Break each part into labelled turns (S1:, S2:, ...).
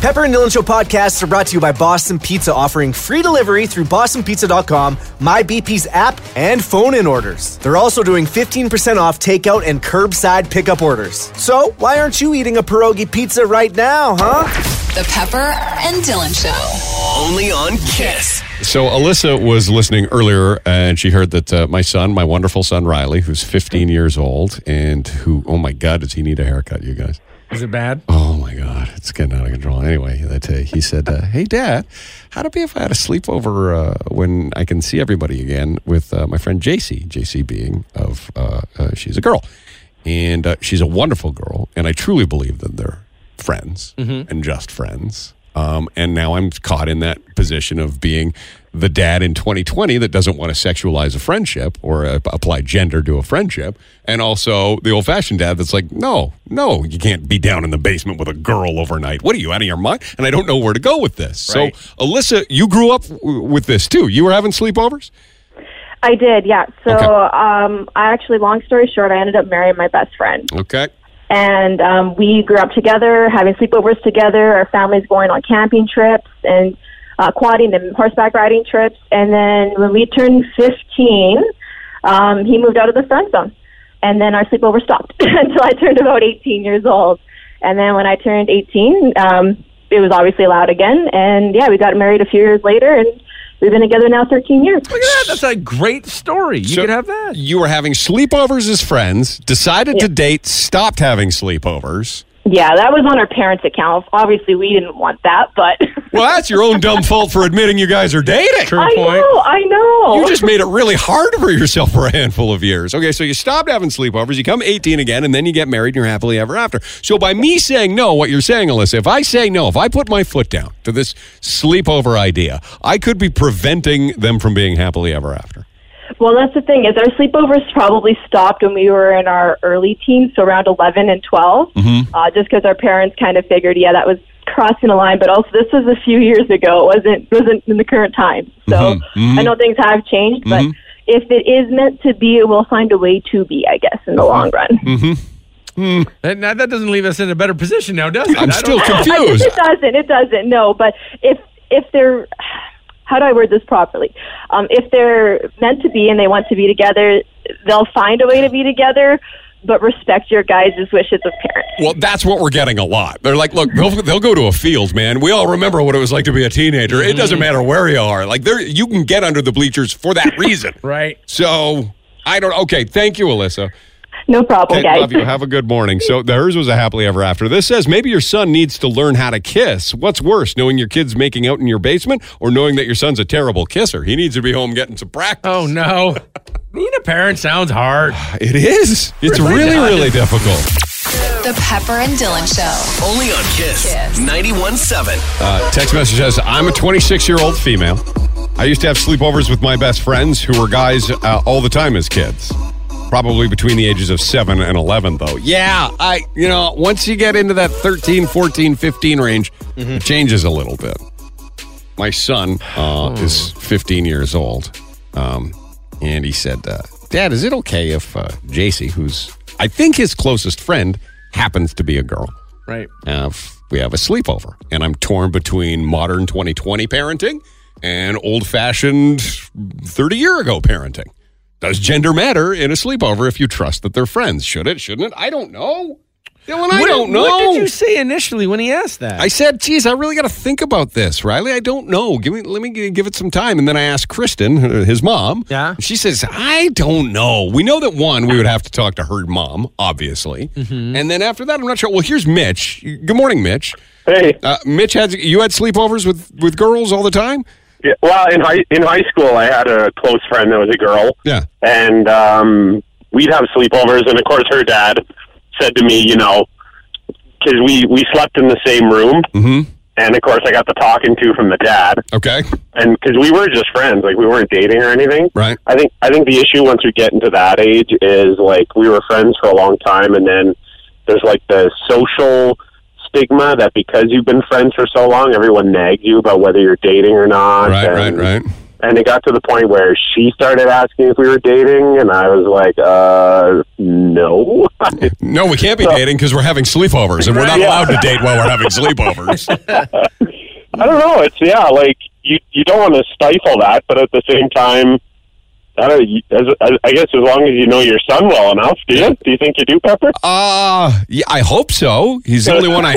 S1: Pepper and Dylan Show podcasts are brought to you by Boston Pizza, offering free delivery through bostonpizza.com, my BP's app, and phone in orders. They're also doing 15% off takeout and curbside pickup orders. So, why aren't you eating a pierogi pizza right now, huh?
S2: The Pepper and Dylan Show.
S3: Only on Kiss.
S4: So Alyssa was listening earlier, and she heard that uh, my son, my wonderful son Riley, who's 15 years old, and who, oh my God, does he need a haircut, you guys?
S5: Is it bad?
S4: Oh my God, it's getting out of control. Anyway, that uh, he said, uh, "Hey Dad, how'd it be if I had a sleepover uh, when I can see everybody again with uh, my friend JC? JC being of uh, uh, she's a girl, and uh, she's a wonderful girl, and I truly believe that they're friends and just friends. Um, and now I'm caught in that position of being the dad in 2020 that doesn't want to sexualize a friendship or uh, apply gender to a friendship, and also the old fashioned dad that's like, no, no, you can't be down in the basement with a girl overnight. What are you out of your mind? And I don't know where to go with this.
S5: Right.
S4: So, Alyssa, you grew up w- with this too. You were having sleepovers.
S6: I did, yeah. So
S4: Okay.
S6: um, I actually, long story short, I ended up marrying my best friend.
S4: Okay.
S6: And um, we grew up together, having sleepovers together, our families going on camping trips and uh, quadding and horseback riding trips. And then when we turned 15, um, he moved out of the friend zone. And then our sleepover stopped until I turned about 18 years old. And then when I turned 18, um, it was obviously allowed again. And yeah, we got married a few years later, and we've been together now 13 years.
S5: Look at that. That's a great story. You
S4: So
S5: could have that.
S4: You were having sleepovers as friends, decided to date, stopped having sleepovers.
S6: Yeah, that was on our parents' account. Obviously, we didn't want that, but
S4: Well, that's your own dumb fault for admitting you guys are dating.
S5: True
S6: I
S5: point.
S6: know, I know.
S4: You just made it really hard for yourself for a handful of years. Okay, so you stopped having sleepovers, you come 18 again, and then you get married and you're happily ever after. So by me saying no, what you're saying, Alyssa, if I say no, if I put my foot down to this sleepover idea, I could be preventing them from being happily ever after.
S6: well, that's the thing is our sleepovers probably stopped when we were in our early teens, so around 11 and 12,
S4: Mm-hmm.
S6: uh, just because our parents kind of figured, yeah, that was crossing a line. But also, this was a few years ago. It wasn't wasn't in the current time. So
S4: Mm-hmm.
S6: I know things have changed, but if it is meant to be, it will find a way to be, I guess, in the long run.
S5: That, now, that doesn't leave us in a better position now, does it? I
S4: I'm
S5: don't-
S4: still
S6: I guess
S4: confused.
S6: it doesn't. It doesn't. No, but if if they're how do I word this properly? Um, if they're meant to be and they want to be together, they'll find a way to be together. But respect your guys' wishes of parents.
S4: Well, that's what we're getting a lot. They're like, look, they'll, they'll go to a field, man. We all remember what it was like to be a teenager. It
S5: Mm.
S4: doesn't matter where you are. Like, there, you can get under the bleachers for that reason.
S5: Right.
S4: So, I don't. Okay, thank you, Alyssa.
S6: No problem,
S4: Hey,
S6: guys.
S4: love you. Have a good morning. So the- hers was a happily ever after. This says maybe your son needs to learn how to kiss. What's worse, knowing your kid's making out in your basement or knowing that your son's a terrible kisser? He needs to be home getting some practice.
S5: Oh, no. Being a parent sounds hard.
S4: It is. It's really, really difficult.
S2: The Pepper and Dylan Show.
S3: Only on Kiss.
S2: Kiss.
S3: 91.7.
S4: Uh, text message says, I'm a 26 year old female. I used to have sleepovers with my best friends who were guys uh, all the time as kids. Probably between the ages of 7 and 11, though. Yeah, I, you know, once you get into that 13, 14, 15 range, it changes a little bit. My son uh, is 15 years old. Um, and he said, uh, Dad, is it okay if uh, JC, who's I think his closest friend, happens to be a girl?
S5: Right.
S4: have Uh, we have a sleepover and i'm torn between modern 2020 parenting and old-fashioned 30 year ago parenting does gender matter in a sleepover if you trust that they're friends should it shouldn't it i don't know Dylan, i
S5: What-
S4: don't know
S5: What did you say initially when he asked that?
S4: I said, geez, I really got to think about this, Riley. I don't know. Give me, let me g- give it some time. And then I asked Kristen, uh, his mom.
S5: Yeah.
S4: She says, I don't know. We know that one, we would have to talk to her mom, obviously.
S5: Mm-hmm.
S4: And then after that, I'm not sure. Well, here's Mitch. Good morning, Mitch.
S7: Hey,
S4: Uh, Mitch, had you had sleepovers with, with girls all the time?
S7: yeah, well, in high in high school, I had a close friend that was a girl,
S4: Yeah.
S7: and um, we'd have sleepovers. And of course, her dad said to me, you know, because we we slept in the same room,
S4: Mm-hmm.
S7: and of course, I got the talking to from the dad,
S4: Okay.
S7: and because we were just friends, like we weren't dating or anything.
S4: Right.
S7: I think I think the issue once we get into that age is like we were friends for a long time, and then there's like the social stigma that because you've been friends for so long, everyone nags you about whether you're dating or not.
S4: Right. Right.
S7: and-
S4: Right.
S7: And it got to the point where she started asking if we were dating, and I was like, uh, no.
S4: No, we can't be dating because we're having sleepovers, and we're not
S7: Yeah.
S4: allowed to date while we're having sleepovers.
S7: I don't know. It's yeah, like you you don't want to stifle that, but at the same time, I don't. you- As, as, I guess as long as you know your son well enough, do you? Do you think you do, Pepper?
S4: Uh, yeah, I hope so. He's the only one I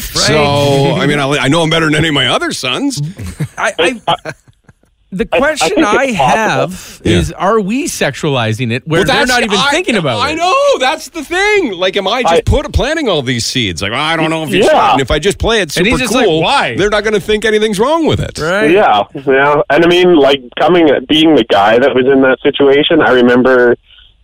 S4: So, I mean, I, I know him better than any of my other sons.
S5: I, I, the
S7: I
S5: question
S7: think
S5: I,
S7: it's possible.
S5: have is: Are we sexualizing it where they're not even
S4: I-
S5: thinking about
S4: I
S5: it?
S4: know that's the thing. Like, am I just
S7: I-
S4: put planting all these seeds? Like, I don't know if you
S7: Yeah.
S4: should. And if I just play it
S5: And
S4: super
S5: he's just like,
S4: cool,
S5: why?
S4: They're not going to think anything's wrong with it.
S5: Right?
S7: Yeah, yeah. And I mean, like coming being the guy that was in that situation, I remember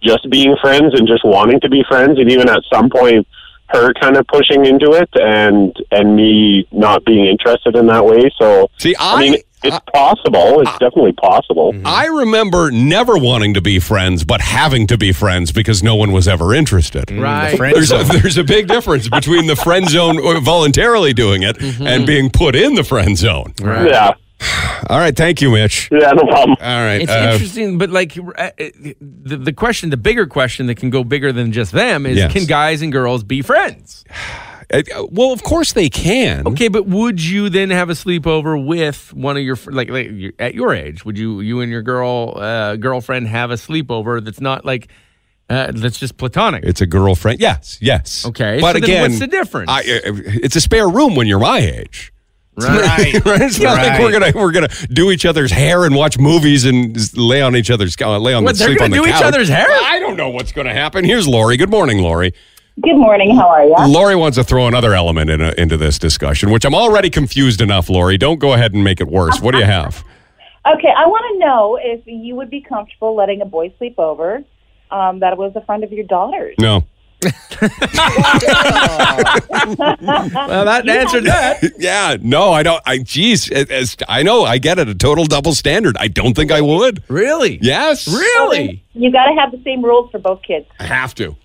S7: just being friends and just wanting to be friends, and even at some point, her kind of pushing into it, and and me not being interested in that way. So
S4: See, I.
S7: I Mm-hmm. mean, it's possible. It's definitely possible.
S4: I remember never wanting to be friends, but having to be friends because no one was ever interested.
S5: Right.
S4: There's a, there's a big difference between the friend zone or voluntarily doing it
S5: Mm-hmm.
S4: and being put in the friend zone.
S7: Yeah,
S4: All right. Thank you, Mitch.
S7: yeah. No problem.
S4: All right.
S5: It's
S4: uh,
S5: interesting, but like uh, the, the question, the bigger question that can go bigger than just them is:
S4: Yes.
S5: Can guys and girls be friends?
S4: uh, well, of course they can.
S5: Okay, but would you then have a sleepover with one of your fr- like, like you- at your age? Would you you and your girl uh, girlfriend have a sleepover that's not like uh, that's just platonic?
S4: It's a girlfriend. Yes, yes.
S5: Okay,
S4: But
S5: so then
S4: again,
S5: what's the difference?
S4: I, uh, it's a spare room when you're my age.
S5: right.
S4: Right? It's not like we're gonna we're gonna do each other's hair and watch movies and s- lay on each other's uh, lay on
S5: What,
S4: the
S5: they're
S4: sleep
S5: gonna
S4: on the
S5: do each
S4: couch.
S5: other's hair?
S4: I don't know what's gonna happen. Here's Lori. Good morning, Lori.
S6: Good morning. How are you?
S4: Lori wants to throw another element in, uh, into this discussion, which I'm already confused enough. Lori, don't go ahead and make it worse. What do you have?
S6: Okay, I want to know if you would be comfortable letting a boy sleep over um, that was a friend of your daughter's.
S4: No.
S5: Well, that answered that.
S4: yeah. No, I don't. I. Geez, it- it's- I know. I get it. A total double standard. I don't think I would.
S5: Really?
S4: Yes.
S5: Really?
S6: You got to have the same rules for both kids.
S4: I have to.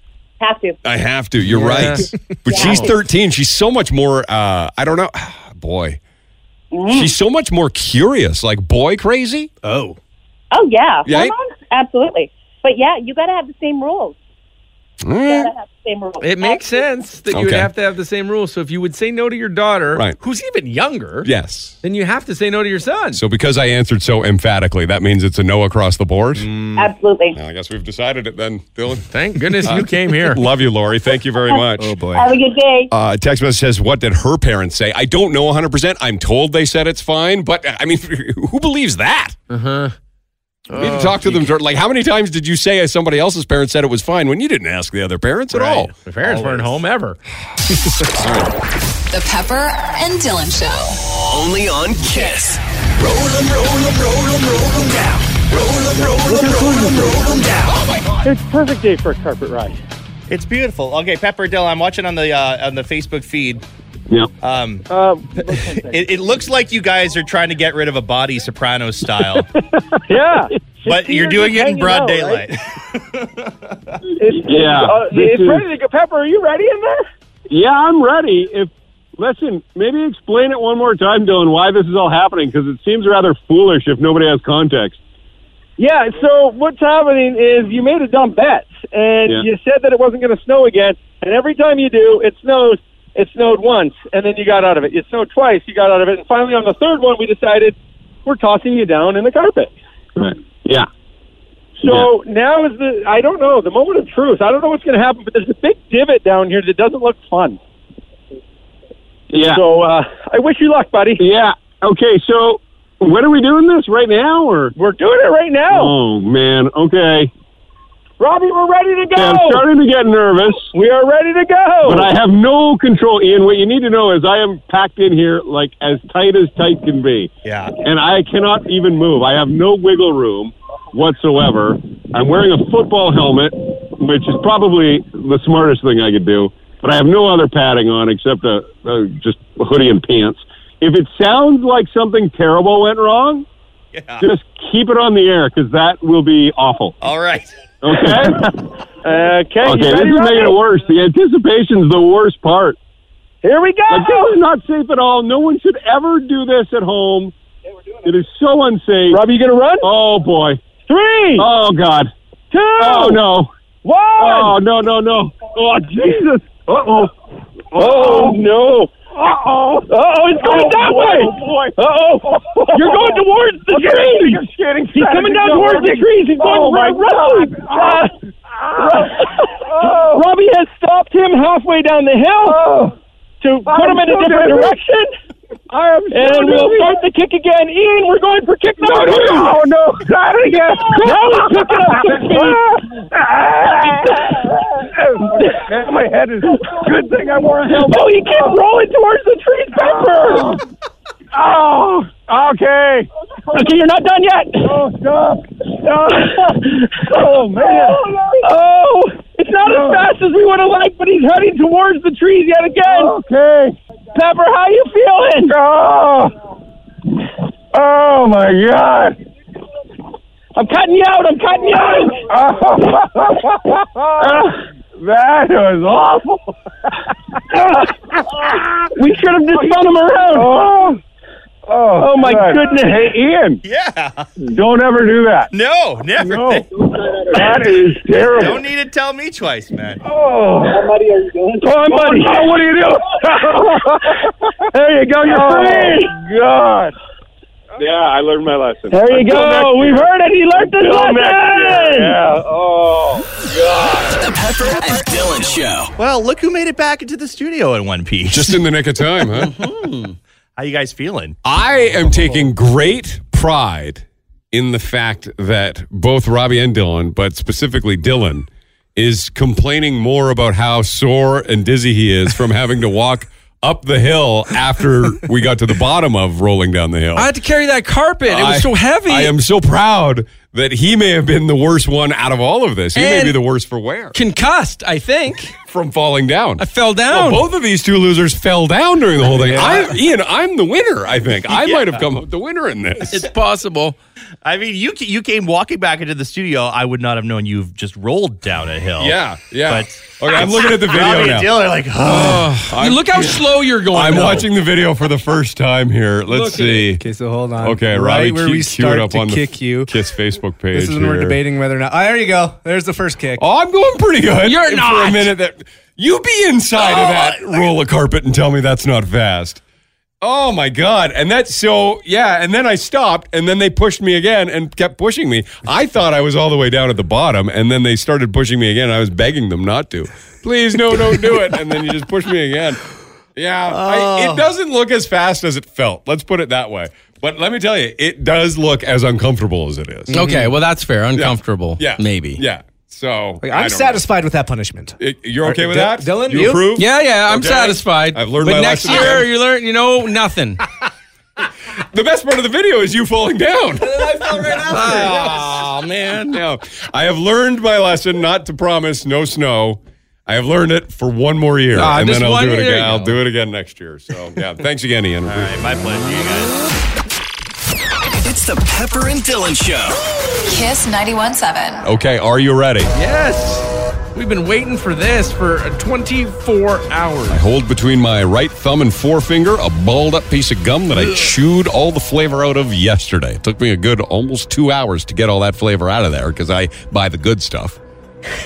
S6: Have to.
S4: I have to. You're
S5: Yeah.
S4: right. But she's 13. She's so much more. Uh, I don't know. Boy, she's so much more curious. Like boy crazy.
S3: Oh.
S6: Oh yeah,
S4: Yeah, I-
S6: Hormones? absolutely. But yeah, you got to have the same rules. You got to have the same rules.
S5: It makes sense that you would
S4: Okay.
S5: have to have the same rules. So if you would say no to your daughter,
S4: Right.
S5: who's even younger,
S4: Yes.
S5: then you have to say no to your son.
S4: So because I answered so emphatically, that means it's a no across the board.
S6: Absolutely.
S4: Well, I guess we've decided it then, Dylan.
S5: Mm.
S4: Uh,
S5: Thank goodness you came here.
S4: Love you, Lori. Thank you very much. Oh boy.
S6: Have a good day.
S4: Uh, text message says, "What did her parents say?" I don't know 100. percent I'm told they said it's fine, but uh, I mean, who believes that? Uh
S8: Uh-huh.
S4: huh. We need to talk
S8: Oh,
S4: to them. dir- Like, how many times did you say somebody else's parents said it was fine when you didn't ask the other parents at all?
S5: The parents weren't home ever.
S2: The Pepper and Dylan Show.
S3: Only on Kiss. Roll 'em, roll 'em, roll 'em, roll 'em down. Roll 'em, roll 'em, roll 'em, roll 'em down.
S9: It's beautiful. Okay, Pepper Dill, I'm watching on the uh, on the Facebook feed.
S7: Yeah.
S9: Um, it, it looks like you guys are trying to get rid of a body soprano style,
S8: Yeah.
S9: but you're doing it in broad daylight.
S8: It's,
S7: Yeah,
S8: uh,
S7: this
S8: it's
S7: is-
S8: ready to go. Pepper, are you ready in there?
S7: Yeah, I'm ready. If listen, maybe explain it one more time, Dylan, why this is all happening because it seems rather foolish if nobody has context.
S8: Yeah, so what's happening is you made a dumb bet, and
S7: Yeah.
S8: you said that it wasn't going to snow again, and every time you do, it snows. It snowed once, and then you got out of it. It snowed twice, you got out of it, and finally on the third one, we decided we're tossing you down in the carpet.
S7: Right. Yeah.
S8: So now is the, I don't know, the moment of truth. I don't know what's going to happen, but there's a big divot down here that doesn't look fun.
S7: Yeah.
S8: So uh, I wish you luck, buddy.
S7: yeah. Okay. So when are we doing this? Right now or?
S8: We're doing it right now.
S7: Oh man. Okay.
S8: Robbie, we're ready to go.
S7: Yeah, I'm starting to get nervous,
S8: We are ready to go.
S7: but I have no control. Ian, what you need to know is I am packed in here like as tight as tight can be.
S9: Yeah.
S7: and I cannot even move. I have no wiggle room whatsoever. I'm wearing a football helmet, which is probably the smartest thing I could do, but I have no other padding on except a, a just a hoodie and pants. If it sounds like something terrible went wrong,
S9: Yeah.
S7: just keep it on the air because that will be awful.
S9: All right.
S7: Okay?
S8: okay, you
S7: okay, this
S8: ready,
S7: is making
S8: Robbie?
S7: it worse. The anticipation's the worst part.
S8: Here we go.
S7: Like, this is not safe at all. No one should ever do this at home. It is so unsafe.
S8: Rob, you going to run?
S7: Oh boy.
S8: Three,
S7: Oh God.
S8: two,
S7: Oh no.
S8: one.
S7: Oh no no no. Oh Jesus. Uh oh.
S8: Oh, no.
S7: Uh-oh.
S8: Oh, it's going
S7: Oh,
S8: that
S7: boy,
S8: way.
S7: oh, boy.
S8: oh. You're going towards the trees. He's coming down towards the trees. He's going
S7: Oh, my
S8: right. Robbie.
S7: God. Ah.
S8: Uh, Rob- Robbie has stopped him halfway down the hill to put him in a
S7: Oh. so
S8: different
S7: nervous.
S8: direction.
S7: I am
S8: And we'll start the kick again. Ian, we're going for kick number two.
S7: Oh no. Not again.
S8: Now he's picking up some speed.
S7: My head is good thing I wore a helmet.
S8: Oh, he kept rolling towards the trees, Pepper.
S7: Oh, okay.
S8: Okay, you're not done yet.
S7: Oh, stop.
S8: oh
S7: man.
S8: Oh, it's not
S7: No.
S8: as fast as we would have liked, but he's heading towards the trees yet again.
S7: Okay.
S8: Pepper, how you feeling?
S7: Oh. Oh my God.
S8: I'm cutting you out. I'm cutting you out.
S7: That was awful.
S8: we should have just spun him around.
S7: Oh. Oh,
S8: Oh, my
S7: God.
S8: goodness.
S7: Hey, Ian,
S9: Yeah.
S7: don't ever do that.
S9: No, never.
S7: No. That is terrible.
S9: Don't need to tell me twice, man.
S7: Oh. How muddy are you doing? Oh, muddy. Oh, what do you do? there you go. You're
S8: Oh,
S7: free. God. Yeah, I learned my lesson.
S8: There you go. We've heard it. He learned his lesson.
S7: Oh.
S3: The Pepper and Dylan Show.
S9: Well, look who made it back into the studio in one piece.
S4: Just in the nick of time, huh?
S9: How you guys feeling?
S4: I am taking great pride in the fact that both Robbie and Dylan, but specifically Dylan, is complaining more about how sore and dizzy he is from having to walk up the hill after we got to the bottom of rolling down the hill.
S5: I had to carry that carpet. It was
S4: I-
S5: so heavy.
S4: I am so proud that he may have been the worst one out of all of this. He may
S5: And-
S4: be the worst for wear
S5: concussed, I think.
S4: from falling down.
S5: I fell
S4: Well,
S5: down.
S4: both of these two losers fell down during the whole thing. I, Ian, I'm the winner. I think I might have come up the winner in this.
S5: it's possible.
S9: I mean, you ca- you came walking back into the studio. I would not have known you've just rolled down a hill.
S4: Yeah, yeah.
S9: But
S4: okay, I'm looking at the video
S9: Robbie
S4: now.
S9: and Dylan are like, oh,
S4: I'm,
S5: Look how slow you're going.
S4: I'm
S5: though.
S4: watching the video for the first time here. Let's
S5: Look at
S4: see.
S10: Okay, so hold on.
S4: Okay,
S10: right
S4: Robbie,
S10: where
S4: cue,
S10: we
S4: cue
S10: start
S4: it up
S10: to
S4: on
S10: kick
S4: the
S10: you.
S4: Kiss Facebook page.
S10: This is when we're
S4: here.
S10: debating whether or not. Oh, there you go. There's the first kick.
S4: Oh, I'm going pretty good.
S5: You're
S4: And for a
S5: not. Oh,
S4: minute. That you be inside of that roll of carpet and tell me that's not fast. Oh my god! And that's so yeah. And then I stopped, and then they pushed me again and kept pushing me. I thought I was all the way down at the bottom, and then they started pushing me again. I was begging them not to. Please, no, don't do it. And then you just push me again. Yeah, I,
S10: Oh.
S4: it doesn't look as fast as it felt. Let's put it that way. But let me tell you, it does look as uncomfortable as it is.
S5: Okay, well that's fair. Uncomfortable.
S4: Yeah,
S5: maybe.
S4: Yeah. So
S10: Like,
S4: I
S10: I'm
S4: don't know.
S10: satisfied with that punishment.
S4: I- You're okay with
S10: Dylan-
S4: that,
S10: Dylan,
S4: You,
S10: you?
S4: approve?
S5: Yeah, yeah, I'm
S4: Okay.
S5: satisfied.
S4: I've learned
S5: but
S4: my
S5: next
S4: lesson
S5: year
S4: again.
S5: you learn you know nothing.
S4: The best part of the video is you falling down.
S5: oh man.
S4: now, I have learned my lesson not to promise no snow. I have learned it for one more year,
S5: Ah,
S4: and
S5: just
S4: then I'll
S5: one
S4: do it
S5: year, there
S4: again.
S5: you
S4: I'll
S5: go.
S4: do it again next year. So yeah, thanks again, Ian.
S9: all right, my pleasure, you guys.
S3: It's the Pepper and Dylan Show.
S2: Kiss 91.7.
S4: Okay, are you ready?
S5: Yes. We've been waiting for this for 24
S4: I
S5: hours.
S4: hold between my right thumb and forefinger a balled up piece of gum that I chewed all the flavor out of yesterday. It took me a good almost two hours to get all that flavor out of there because I buy the good stuff.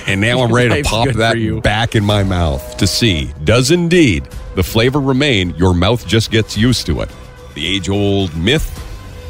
S4: And now I'm ready to
S5: Life's
S4: pop
S5: good for you.
S4: that back in my mouth to see does indeed the flavor remain? Your mouth just gets used to it. The age old myth.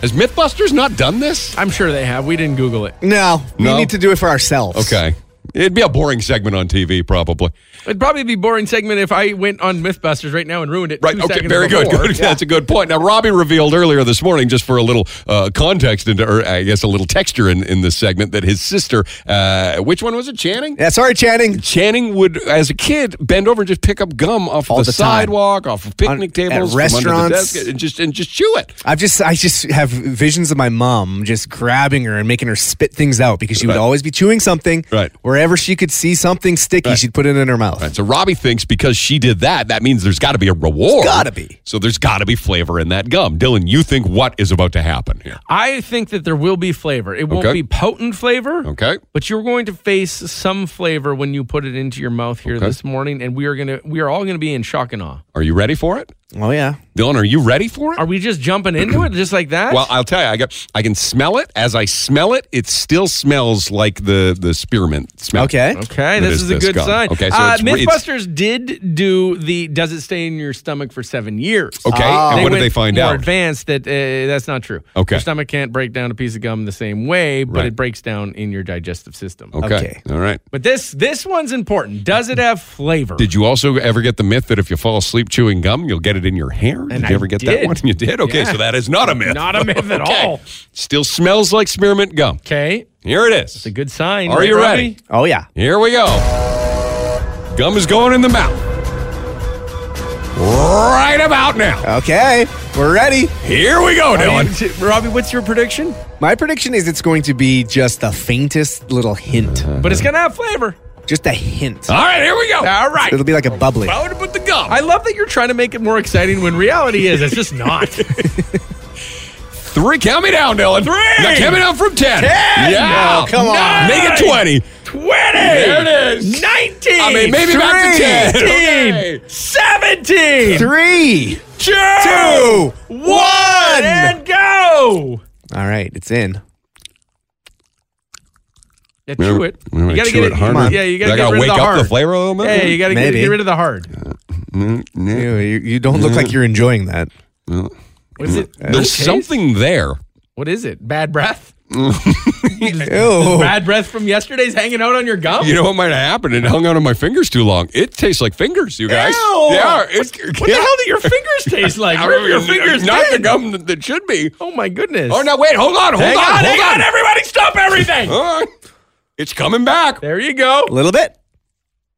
S4: Has Mythbusters not done this?
S5: I'm sure they have. We didn't Google it.
S1: No,
S4: No?
S1: we need to do it for ourselves.
S4: Okay. It'd be a boring segment on TV, probably.
S5: It'd probably be a boring segment if I went on Mythbusters right now and ruined it.
S4: Right.
S5: two
S4: Okay.
S5: seconds
S4: Very good.
S5: before.
S4: Good. That's a good point. Now, Robbie revealed earlier this morning, just for a little uh, context into, or I guess a little texture in, in this segment, that his sister, uh, which one was it, Channing?
S1: Yeah, sorry, Channing.
S4: Channing would, as a kid, bend over and just pick up gum off
S1: All
S4: the,
S1: the time.
S4: sidewalk, off of
S1: On-
S4: picnic
S1: at
S4: tables, from under the
S1: restaurants.
S4: desk, and just and just chew it.
S1: I've just, I just have visions of my mom just grabbing her and making her spit things out because she would
S4: Right.
S1: always be chewing something.
S4: Right.
S1: Wherever she could see something sticky,
S4: Right.
S1: she'd put it in her mouth.
S4: Right. So Robbie thinks because she did that, that means there's got to be a reward.
S1: gotta be.
S4: So there's got to be flavor in that gum. Dylan, you think what is about to happen here?
S5: I think that there will be flavor. It won't
S4: Okay.
S5: be potent flavor.
S4: Okay.
S5: But you're going to face some flavor when you put it into your mouth here
S4: Okay.
S5: this morning, and we are gonna we are all gonna be in shock and awe.
S4: Are you ready for it?
S1: Oh yeah.
S4: Dylan, are you ready for it?
S5: Are we just jumping into it just like that?
S4: Well, I'll tell you, I got I can smell it. As I smell it, it still smells like the the spearmint smell.
S10: Okay.
S5: okay,
S4: that
S5: this is, a good
S4: gum.
S5: sign.
S4: Okay, so
S5: uh,
S4: it's, it's-
S5: MythBusters did do the "Does it stay in your stomach for seven years?"
S4: Okay, and what did
S5: went
S4: they find
S5: more
S4: out?
S5: Advanced that uh, that's not true.
S4: Okay.
S5: your stomach can't break down a piece of gum the same way, but
S4: Right.
S5: it breaks down in your digestive system.
S4: okay.
S10: Okay.
S4: All right.
S5: But this this one's important. Does it have flavor?
S4: Did you also ever get the myth that if you fall asleep chewing gum, you'll get it in your hair? did you
S5: I
S4: ever get that
S5: did.
S4: one? You did? Okay,
S5: Yeah.
S4: so that is not a myth.
S5: Not a myth at
S4: Okay.
S5: all.
S4: Still smells like spearmint gum.
S5: Okay,
S4: Here it is.
S5: a good sign.
S4: Are
S5: right,
S4: you
S5: Robbie?
S4: ready?
S10: Oh yeah.
S4: Here we go. Gum is going in the mouth. Right about now.
S10: Okay. We're ready.
S4: Here we go, Dylan.
S5: Robbie, what's your prediction?
S10: My prediction is it's going to be just the faintest little hint.
S5: But it's gonna have flavor.
S10: Just a hint.
S4: All right, here we go.
S5: All right.
S10: It'll be like a bubbly.
S4: I would put the gum.
S5: I love that you're trying to make it more exciting when reality is it's just not.
S4: Three. Count me down, Dylan. Three. Now count me down from ten. Ten. Yeah.
S5: Oh,
S10: No, come on.
S4: Nine. Make it twenty.
S5: 20. There it is. 19.
S4: I mean, maybe back to
S10: Three.
S4: ten.
S5: 18.
S4: Okay.
S5: 17.
S10: Three.
S5: two,
S10: Two.
S5: one. And go.
S10: All right. It's in.
S5: Yeah, chew it.
S4: Remember
S5: you
S4: to
S5: gotta
S4: chew
S5: get
S4: it
S5: it.
S4: hard.
S5: Yeah, you gotta
S4: I
S5: get
S4: gotta
S5: rid
S4: wake
S5: of
S4: up
S5: the
S4: the
S5: hard.
S4: flavor a little bit?
S5: Yeah, you gotta get,
S10: Maybe.
S5: get rid of the hard.
S10: Ew, you, you don't look like you're enjoying that.
S5: What is it?
S4: There's
S5: Okay.
S4: something there.
S5: What is it? Bad breath?
S10: Ew.
S5: Bad breath from yesterday's hanging out on your gum?
S4: You know what might have happened? It hung onto my fingers too long. It tastes like fingers, you guys.
S5: Ew.
S4: Yeah. It's,
S5: what the hell do your fingers taste like? Where have your fingers
S4: Not the
S5: been?
S4: gum that, that should be.
S5: Oh my goodness.
S4: Oh, no, wait. Hold on. Hold
S5: Hang
S4: on.
S5: on,
S4: hold
S5: hang on,
S4: on.
S5: everybody, stop everything.
S4: All right. It's coming back.
S5: there you go.
S10: A little bit.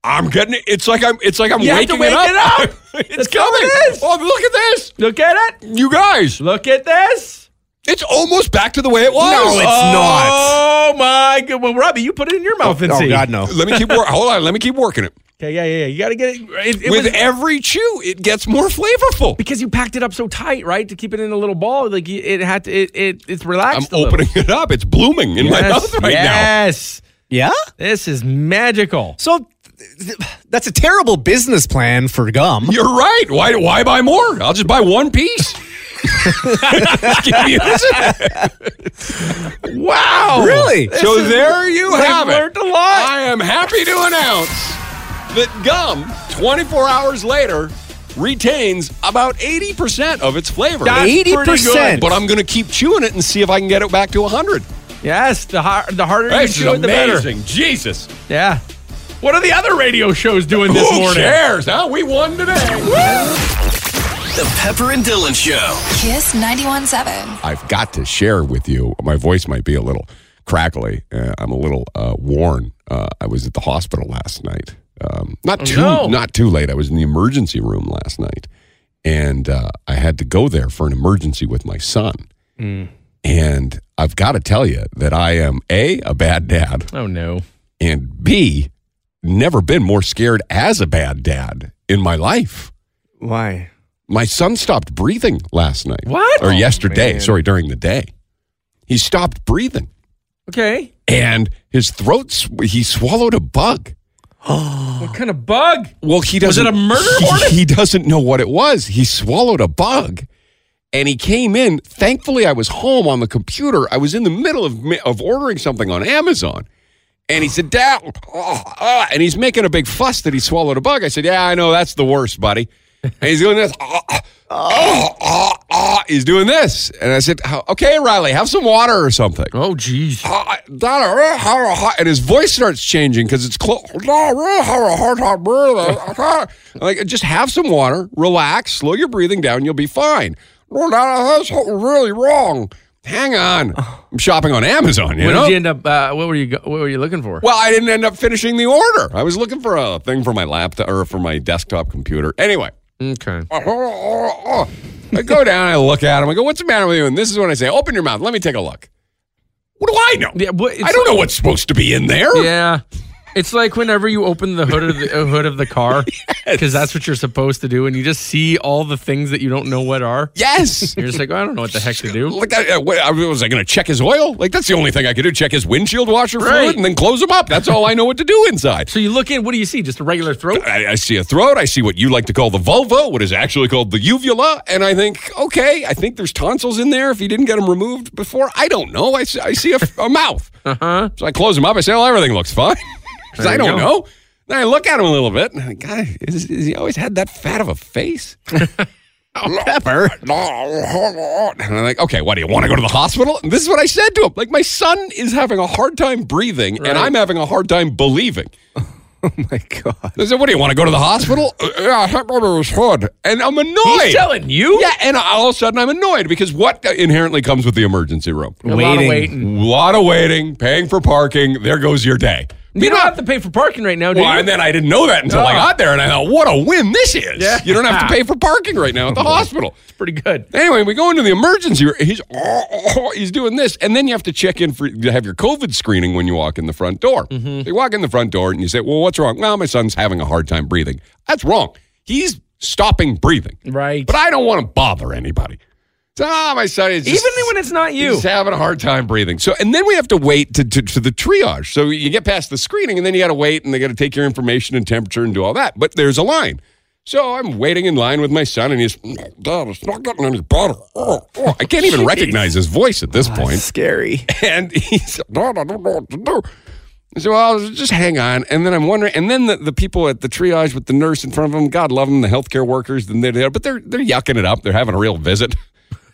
S4: I'm getting it. It's like I'm. It's like I'm
S5: You have to
S4: waking it
S5: wake
S4: up.
S5: it up.
S4: it's
S5: That's what
S4: coming.
S5: it is.
S4: Oh, look at this,
S5: Look at it.
S4: you guys.
S5: Look at this.
S4: It's almost back to the way it was. Uh,
S10: No, it's not.
S5: Oh my good. Well, Robbie, you put it in your mouth and see.
S10: Oh God, no.
S4: Let me keep working. Hold on. Let me keep working it.
S5: Okay, yeah, yeah, yeah. You got to get it. it, it
S4: With
S5: was-
S4: every chew, it gets more flavorful.
S5: because you packed it up so tight, right? To keep it in a little ball, like you- it had to. It, it it's
S4: I'm
S5: relaxed. a little.
S4: opening it up. It's blooming in my
S5: Yes,
S4: mouth right
S5: yes.
S10: Yeah.
S5: This is magical.
S10: So th- th- that's a terrible business plan for gum.
S4: now. You're right. Why? Why buy more? I'll just buy one piece. Just give me this.
S5: Wow.
S10: Really?
S5: This
S4: so
S5: is-
S4: there you
S5: I've
S4: have it.
S5: learned a lot.
S4: I am happy to announce that gum, 24 hours later, retains about 80% of its flavor.
S5: That's pretty good.
S10: 80%.
S4: But I'm going to keep chewing it and see if I can get it back to 100.
S5: Yes, the har- the harder you
S4: This is
S5: chew it, the better.
S4: amazing. Jesus.
S5: Yeah. What are the other radio shows doing this
S4: Who
S5: morning?
S4: cares? Huh? We won today.
S3: The Pepper and Dylan Show.
S2: Kiss 91.7.
S4: I've got to share with you. My voice might be a little crackly. Uh, I'm a little uh, worn. Uh, I was at the hospital last night. Um, not too
S5: no.
S4: not too late. I was in the emergency room last night, and uh, I had to go there for an emergency with my son. Hmm. And I've got to tell you that I am a a bad dad
S5: Oh no.
S4: and b never been more scared as a bad dad in my life
S10: Why?
S4: my son stopped breathing last night.
S5: What?
S4: Or yesterday.
S10: man.
S4: Sorry, during the day. He stopped breathing
S5: Okay.
S4: and his throat, sw- he swallowed a bug.
S5: What kind of bug?
S4: Well, he
S5: Was it
S4: doesn't.
S5: a murder
S4: he-
S5: hornet?
S4: He, doesn't know what it was. He swallowed a bug, and he came in. Thankfully, I was home on the computer. I was in the middle of ma- of ordering something on Amazon, and he said, "Dad," oh, oh," and he's making a big fuss that he swallowed a bug. I said, "Yeah, I know that's the worst, buddy." And he's doing this. "Oh, oh, oh, oh, oh," he's doing this, and I said, "How- "Okay, Riley, have some water or something."
S5: Oh jeez.
S4: and his voice starts changing because it's close. Like, just have some water, relax, slow your breathing down, you'll be fine. Well, that- That's really wrong. Hang on, I'm shopping on Amazon. You
S5: What
S4: know?
S5: did you end up? Uh, what were you? Go- what were you looking for?
S4: Well, I didn't end up finishing the order. I was looking for a thing for my laptop or for my desktop computer. Anyway,
S5: Okay.
S4: I go down, I look at him, I go, "What's the matter with you?" And this is when I say, "Open your mouth. Let me take a look." What do I know?
S5: Yeah, what,
S4: I don't know what's supposed to be in there.
S5: Yeah. It's like whenever you open the hood of the uh, hood of the car, because that's what you're supposed to do, and you just see all the things that you don't know what are.
S4: Yes.
S5: You're just like, "Oh, I don't know what the heck to do.
S4: Like that, uh, what, I- was I going to check his oil? Like that's the only thing I could do: check his windshield washer
S5: Right.
S4: fluid and then close him up. That's all I know what to do inside.
S5: So you look in. What do you see? Just a regular throat.
S4: I, I see a throat. I see what you like to call the vulva, what is actually called the uvula, and I think, okay, I think there's tonsils in there. If he didn't get them removed before, I don't know. I see, I see a, a mouth, uh-huh. so I close them up. I say, well, everything looks fine 'Cause I
S5: you go.
S4: don't know. Then I look at him a little bit, and I think, God, is, is he always had that fat of a face? Pepper. And I'm like, okay, what do you want to go to the hospital? And this is what I said to him. Like, my son is having a hard time breathing, and I'm having a hard time believing.
S10: Oh my god.
S4: I said, "What do you want to go to the hospital?" "Uh, yeah, I have was hard, and I'm annoyed.
S5: He's telling you.
S4: yeah, and all of a sudden I'm annoyed because what inherently comes with the emergency room?
S5: A lot of waiting.
S4: lot of waiting, paying for parking. There goes your day.
S5: You don't have to pay for parking right now, do
S4: Well,
S5: you?
S4: and then I didn't know that until I
S5: Oh.
S4: got there, and I thought, "What a win this is! You don't have to pay for parking right now at the hospital."
S5: Pretty good.
S4: Anyway, we go into the emergency room. He's he's doing this, and then you have to check in for to have your COVID screening when you walk in the front door.
S5: Mm-hmm.
S4: So you walk in the front door and you say, "Well, what's wrong?" Well, my son's having a hard time breathing. That's wrong. He's stopping breathing.
S5: Right.
S4: But I don't want to bother anybody. So ah, my son is just,
S5: Even when it's not you.
S4: He's having a hard time breathing. So, and then we have to wait to, to, to the triage. So you get past the screening, and then you got to wait, and they got to take your information and temperature and do all that. But there's a line. So I'm waiting in line with my son, and he's, Dad, it's not getting any better. Oh, oh." I can't even recognize his voice at this point.
S10: Scary.
S4: And he's, Dad, I don't know what to do. I said, well, just hang on. And then I'm wondering, and then the, the people at the triage with the nurse in front of them, God love them, the healthcare workers, and they're, but they're, they're yucking it up. They're having a real visit.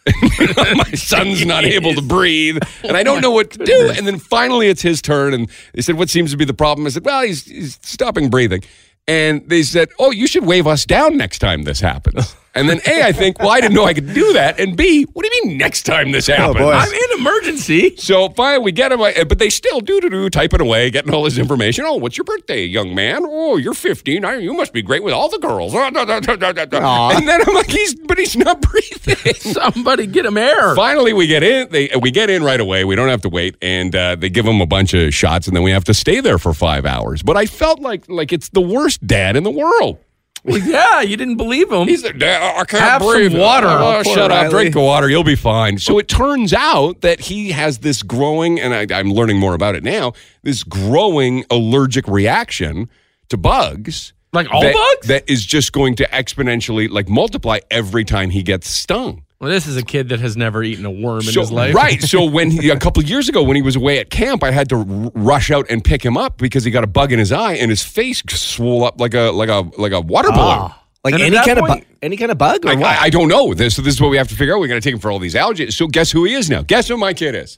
S4: my son's not able to breathe, and I don't know what to do. And then finally, it's his turn, and they said, "What seems to be the problem?" I said, "Well, he's, he's stopping breathing." And they said, "Oh, you should wave us down next time this happens." And then A, I think, well, I didn't know I could do that, and B, what do you mean next time this happens?
S10: boy.
S5: I'm in emergency.
S4: So finally, we get him, uh, but they still do do do typing away, getting all his information. Oh, what's your birthday, young man? Oh, you're 15. I, you must be great with all the girls. Ah, da, da, da, da, da, da. And then I'm like, he's, but he's not breathing.
S5: Somebody get him air.
S4: Finally, we get in. They we get in right away. We don't have to wait, and uh, they give him a bunch of shots, and then we have to stay there for five hours. But I felt like like it's the worst dad in the world.
S5: Well, yeah, you didn't believe him.
S4: He's like, "Dad, I can't
S5: Have some
S4: breathe.
S5: water.
S4: Oh,
S5: Oh,
S10: poor
S4: shut up.
S10: Riley.
S4: Drink the water. You'll be fine. So it turns out that he has this growing, and I, I'm learning more about it now. This growing allergic reaction to bugs.
S5: Like all
S4: that-
S5: bugs?
S4: That is just going to exponentially like multiply every time he gets stung.
S5: well, this is a kid that has never eaten a worm in
S4: So-
S5: his life.
S4: Right. So when he, a couple years ago, when he was away at camp, I had to r- rush out and pick him up because he got a bug in his eye and his face swole up like a like a like a
S5: Ah,
S4: water balloon.
S10: Like
S5: And at
S10: any
S5: that
S10: kind
S5: point-
S10: of bu- any kind of bug or
S4: I,
S10: what?
S4: I, I don't know. This this is what we have to figure out. We got to take him for all these allergies. So guess who he is now? Guess who my kid is?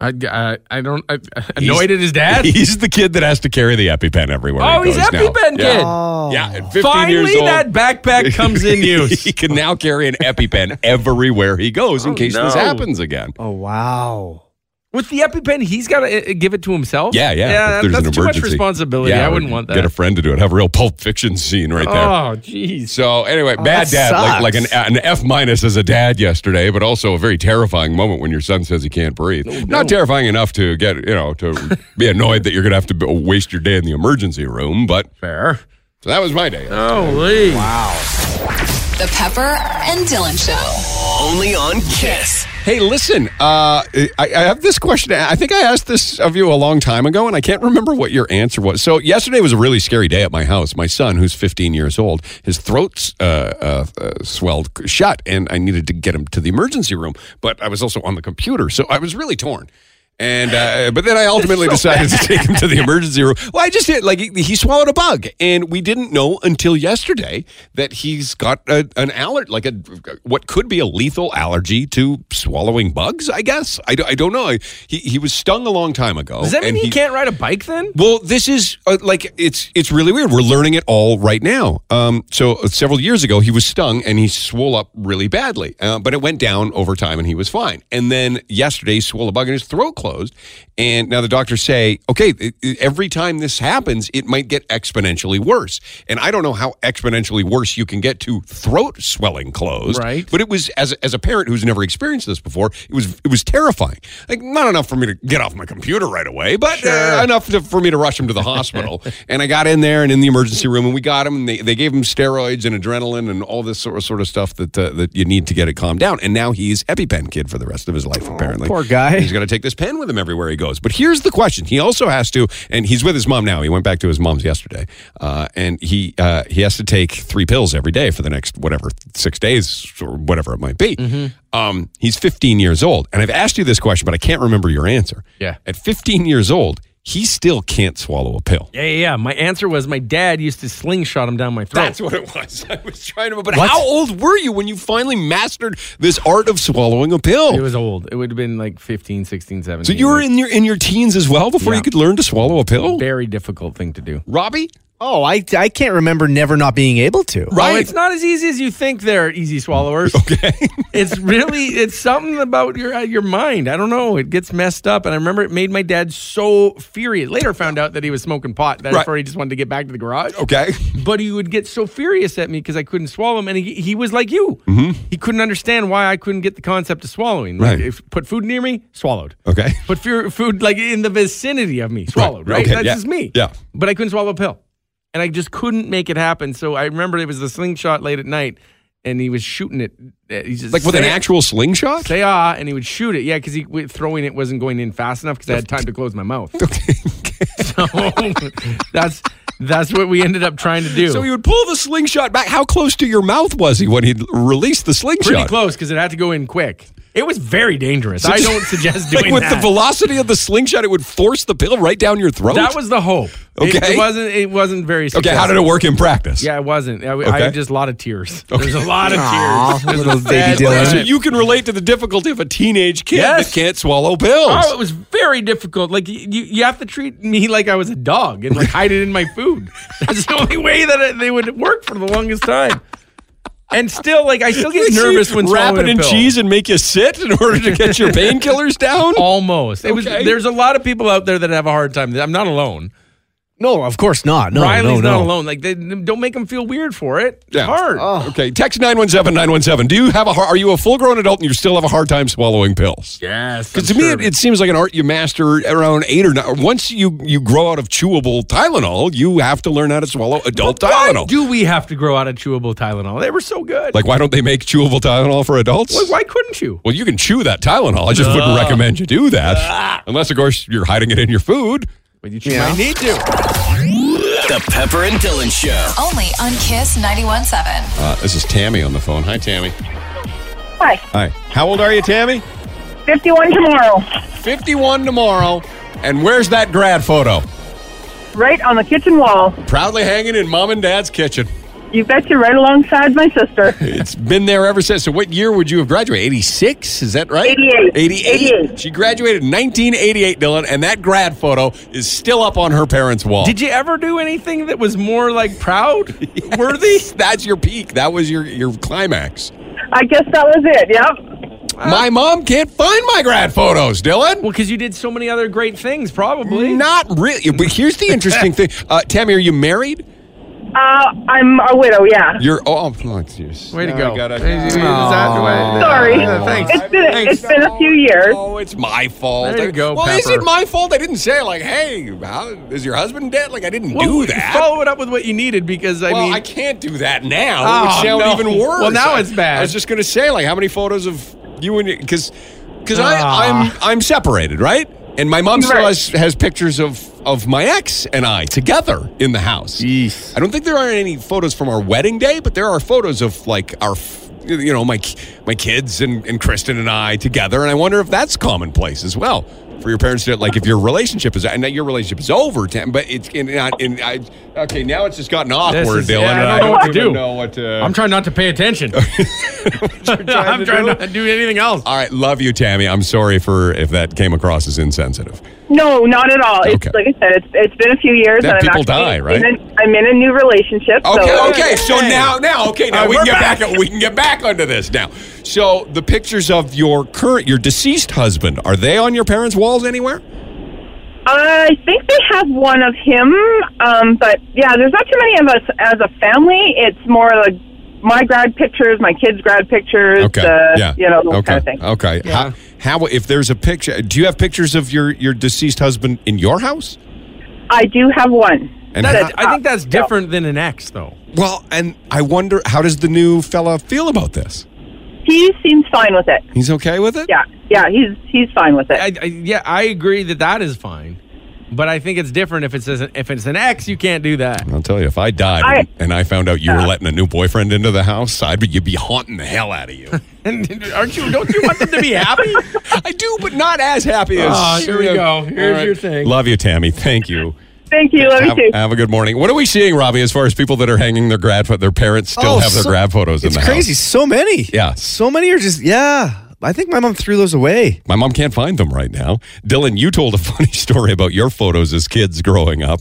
S5: I, I, I don't. I, annoyed at his dad.
S4: He's the kid that has to carry the EpiPen everywhere.
S5: Oh,
S4: he
S5: he's
S4: goes now.
S5: EpiPen
S4: yeah.
S5: kid.
S4: Yeah, at 15 years
S5: Finally,
S4: old,
S5: that backpack comes in use. Oh,
S4: he can now carry an EpiPen everywhere he goes in case this
S5: no.
S4: happens again.
S10: oh wow.
S5: With the EpiPen, he's got to give it to himself.
S4: Yeah, yeah.
S5: yeah
S4: if
S5: that-
S4: there's
S5: that's
S4: an
S5: too
S4: emergency.
S5: much responsibility.
S4: Yeah,
S5: I
S4: or
S5: wouldn't want that.
S4: Get a friend to do it. Have a real Pulp Fiction scene right there.
S5: oh, jeez.
S4: So anyway, bad
S10: that
S4: dad, like,
S10: sucks.
S4: like an, an F minus as a dad yesterday, but also a very terrifying moment when your son says he can't breathe.
S5: Oh,
S4: Not terrifying enough to get you know to be annoyed that you're going to have to b- waste your day in the emergency room. But
S5: Fair.
S4: so that was my day.
S5: Holy.
S2: The Pepper and Dylan Show.
S3: Only on Kiss.
S4: Hey, listen, uh, I, I have this question. I think I asked this of you a long time ago, and I can't remember what your answer was. So yesterday was a really scary day at my house. My son, who's 15 years old, his throat uh, uh, uh, swelled shut, and I needed to get him to the emergency room. But I was also on the computer, so I was really torn. And uh, but then I ultimately decided to take him to the emergency room. Well, I just did like he, he swallowed a bug, and we didn't know until yesterday that he's got a, an allergy, like a what could be a lethal allergy to swallowing bugs. I guess I, do- I don't know. I, he he was stung a long time ago.
S5: Does that mean
S4: and
S5: he, can't ride a bike then?
S4: well, this is uh, like it's it's really weird. We're learning it all right now. Um, so uh, several years ago, he was stung and he swole up really badly, uh, but it went down over time and he was fine. And then yesterday, he swole a bug in his throat closed closed. And now the doctors say, okay, i- i- every time this happens, it might get exponentially worse. And I don't know how exponentially worse you can get to throat swelling closed.
S5: Right.
S4: But it was as as a parent who's never experienced this before, it was it was terrifying. Like not enough for me to get off my computer right away, but uh, enough to, for me to rush him to the hospital. and I got in there and in the emergency room, and we got him. And they, they gave him steroids and adrenaline and all this sort of, sort of stuff that uh, that you need to get it calmed down. And now he's EpiPen kid for the rest of his life. Apparently,
S10: poor guy.
S4: He's got to take this pen with him everywhere he goes. But here's the question: He also has to, and he's with his mom now. He went back to his mom's yesterday, uh, and he uh, he has to take three pills every day for the next whatever six days or whatever it might be. Um, he's 15 years old, and I've asked you this question, but I can't remember your answer.
S5: Yeah.
S4: At 15 years old, he still can't swallow a pill.
S5: Yeah, yeah, yeah. My answer was my dad used to slingshot him down my throat.
S4: That's what it was. I was trying to. But how old were you when you finally mastered this art of swallowing a pill?
S5: it was old. It would have been like 15, 16, 17.
S4: so you were in your in your teens as well before
S5: Yeah.
S4: you could learn to swallow a pill,
S5: very difficult thing to do.
S4: Robbie.
S10: Oh, I, I can't remember never not being able to.
S5: Right. Oh, it's not as easy as you think they're easy swallowers. Okay. it's really it's something about your uh, your mind. I don't know. It gets messed up and I remember it made my dad so furious. Later found out that he was smoking pot. That's
S4: Right.
S5: where he just wanted to get back to the garage.
S4: Okay.
S5: But he would get so furious at me because I couldn't swallow him and he, he was like you. He couldn't understand why I couldn't get the concept of swallowing. Like
S4: Mm-hmm. Right.
S5: if put food near me, swallowed.
S4: Okay.
S5: Put fu- food like in the vicinity of me, swallowed, right?
S4: Okay,
S5: That's
S4: yeah.
S5: just me.
S4: Yeah.
S5: But I couldn't swallow a pill. And I just couldn't make it happen. So I remember it was the slingshot late at night and he was shooting it. uh, He just
S4: Like with an
S5: say-
S4: actual slingshot?
S5: Say ah, and he would shoot it. Yeah, because he with throwing it wasn't going in fast enough because I had time to close my mouth. so that's that's what we ended up trying to do.
S4: So he would pull the slingshot back. How close to your mouth was he when he released the slingshot?
S5: pretty close because it had to go in quick. It was very dangerous. I don't suggest doing
S4: Like with
S5: that.
S4: the velocity of the slingshot, it would force the pill right down your throat.
S5: that was the hope. It- It,
S4: Okay.
S5: wasn't. It wasn't very.
S4: okay. How did
S5: successful.
S4: it work in practice?
S5: Yeah, it wasn't. I, I
S4: Okay.
S5: had just a lot of tears. There's a lot of
S10: Aw,
S5: tears. There's
S10: little
S5: a
S10: baby
S5: sad
S10: Dylan.
S5: time.
S4: So you can relate to the difficulty of a teenage kid
S5: Yes.
S4: that can't swallow pills.
S5: Oh, it was very difficult. Like you, you have to treat me like I was a dog and like hide it in my food. That's the only way that it, they would work for the longest time. And still, like I still get
S4: Makes you
S5: nervous when
S4: wrap
S5: swallowing
S4: it
S5: a
S4: in
S5: pill.
S4: cheese and make you sit in order to get your painkillers down.
S5: Almost. It was.
S4: Okay.
S5: There's a lot of people out there that have a hard time. I'm not alone.
S10: No, of course not. No,
S5: Riley's
S10: no,
S5: not
S10: no.
S5: alone. Like they, don't make him feel weird for it. It's
S4: Yeah. Oh.
S5: hard.
S10: Oh,
S4: Okay, text 917-917. Do you have a hard, are you a full-grown adult and you still have a hard time swallowing pills?
S5: yes.
S4: Because to me, it, it seems like an art you master around eight or nine. Once you, you grow out of chewable Tylenol, you have to learn how to swallow adult
S5: Why
S4: Tylenol.
S5: do we have to grow out of chewable Tylenol? They were so good.
S4: like, why don't they make chewable Tylenol for adults?
S5: Like, why couldn't you?
S4: Well, you can chew that Tylenol. I just wouldn't recommend you do that. Unless, of course, you're hiding it in your food.
S5: You might need to.
S3: The Pepper and Dylan Show.
S2: Only on Kiss 91.7.
S4: Uh, this is Tammy on the phone. Hi, Tammy.
S6: Hi,
S4: Hi. How old are you, Tammy?
S6: 51 tomorrow,
S4: 51 tomorrow. And where's that grad photo?
S6: right on the kitchen wall.
S4: Proudly hanging in mom and dad's kitchen.
S6: You bet you're right alongside my sister.
S4: It's been there ever since. So, what year would you have graduated? 86? Is that right?
S6: 88.
S4: 88.
S6: 88.
S4: She graduated in 1988, Dylan, and that grad photo is still up on her parents' wall.
S5: Did you ever do anything that was more like proud worthy?
S4: That's your peak. That was your, your climax.
S6: I guess that was it. Yep.
S4: my mom can't find my grad photos, Dylan.
S5: Well, because you did so many other great things, probably.
S4: Not really. But here's the interesting thing. Uh, Tammy, are you married?
S6: Uh, I'm a widow. Yeah.
S4: You're. Oh, oh geez.
S5: Way to
S4: Now
S5: go.
S4: I gotta-
S5: Is that the way-
S6: Sorry.
S5: Yeah, thanks.
S6: It's been
S5: Thanks.
S6: it's been a few years.
S4: Oh, it's my fault.
S5: There you go,
S4: Well, is
S5: Pepper.
S4: it my fault? I didn't say like, "Hey, how, is your husband dead?" Like, I didn't
S5: Well,
S4: do that.
S5: Follow it up with what you needed because I
S4: well,
S5: mean,
S4: I can't do that now.
S5: Oh,
S4: it would sound
S5: no.
S4: even worse.
S5: Well, now
S4: I-
S5: it's bad.
S4: I was just gonna say, like, how many photos of you and because because
S5: Ah.
S4: I'm I'm separated, right? And my mom still
S6: Right.
S4: has, has pictures of of my ex and I together in the house.
S5: Jeez.
S4: I don't think there are any photos from our wedding day, but there are photos of like our. f- You know, my ki- my kids and, and Kristen and I together, and I wonder if that's commonplace as well for your parents to like if your relationship is and that your relationship is over, Tam, but it's in, in, I okay now it's just gotten off
S5: This
S4: awkward,
S5: is-
S4: Dylan.
S5: yeah, I don't
S4: and
S5: know what to
S4: even
S5: do.
S4: Know what to,
S5: I'm trying not to pay attention. I'm trying not to do anything else.
S4: All right, love you, Tammy. I'm sorry for if that came across as insensitive.
S11: No, not at all. It's like I said, it's, it's been a few years. and
S4: Yeah,
S11: I'm
S4: people
S11: actually
S4: die, right?
S11: in a- I'm in a new relationship.
S4: Okay,
S11: so
S4: okay. So now, now, okay,
S11: All
S4: now
S11: right,
S4: we can
S11: we're
S4: get back. We can get back onto this now. So the pictures of your current, your deceased husband, are they on your parents' walls anywhere?
S11: I think they have one of him, um, but yeah, there's not too many of us as a family. It's more like my grad pictures, my kids' grad pictures,
S4: Okay.
S11: uh,
S4: yeah.
S11: you know, those
S4: okay. Oh.
S11: kind of things.
S4: Okay. How, how if there's a picture? Do you have pictures of your your deceased husband in your house?
S11: I do have one.
S4: And
S5: That's-
S4: how-
S5: I think that's different than an ex, though.
S4: Well, and I wonder how does the new fella feel about this?
S11: He seems fine with it.
S4: He's okay with it.
S11: Yeah, yeah, he's he's fine with it.
S5: I, I, yeah, I agree that that is fine, but I think it's different if it's an, if it's an ex, you can't do that.
S4: I'll tell you, if I died
S5: I-
S4: and- and I found out you were letting a new boyfriend into the house, I'd be, you'd be haunting the hell out of you.
S5: And aren't you? Don't you want them to be happy?
S4: I do, but not as happy as.
S10: Ah,
S5: Oh, here we
S4: Yeah.
S5: go. Here's
S4: All right.
S5: your thing.
S4: Love you, Tammy. Thank you.
S11: Thank you. Love you
S4: have, uh,
S11: too.
S4: have a good morning. What are we seeing, Robbie, as far as people that are hanging their grad photo? Their parents still
S10: Oh,
S4: have their
S10: so-
S4: grad photos in
S10: It's
S4: the
S10: crazy.
S4: house.
S10: So many.
S4: Yeah.
S10: So many are just, yeah. I think my mom threw those away.
S4: My mom can't find them right now. Dylan, you told a funny story about your photos as kids growing up.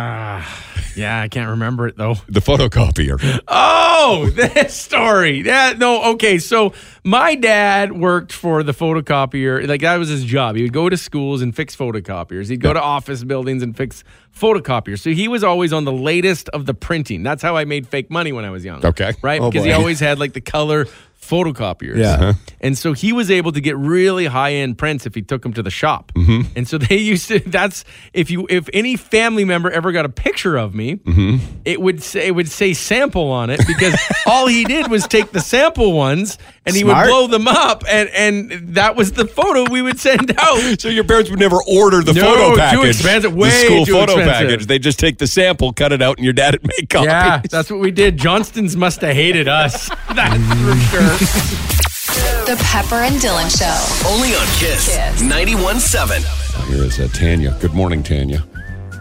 S5: Ah, yeah, I can't remember it though.
S4: The photocopier.
S5: Oh, this story. Yeah, no, okay. So my dad worked for the photocopier. Like that was his job. He would go to schools and fix photocopiers. He'd go to office buildings and fix photocopiers. So he was always on the latest of the printing. That's how I made fake money when I was young.
S4: Okay.
S5: Right?
S4: Oh,
S5: because he
S4: boy.
S5: always had like the color photocopiers.
S4: Yeah. Uh-huh.
S5: And so he was able to get really high-end prints if he took them to the shop.
S4: Mm-hmm.
S5: And so they used to that's if you if any family member ever got a picture of me, it would say it would say sample on it because all he did was take the sample ones and he
S4: Smart.
S5: would blow them up and and that was the photo we would send out.
S4: So your parents would never order the
S5: no,
S4: photo package.
S5: Too expensive. Way
S4: the school
S5: too
S4: photo
S5: expensive.
S4: package. They just take the sample, cut it out, and your dad would make copies.
S5: Yeah, that's what we did. Johnston's must have hated us. That's for sure.
S2: The Pepper and Dylan Show.
S3: Only on Kiss.
S2: Kiss.
S3: 91.7.
S4: Here is uh, Tanya. Good morning, Tanya.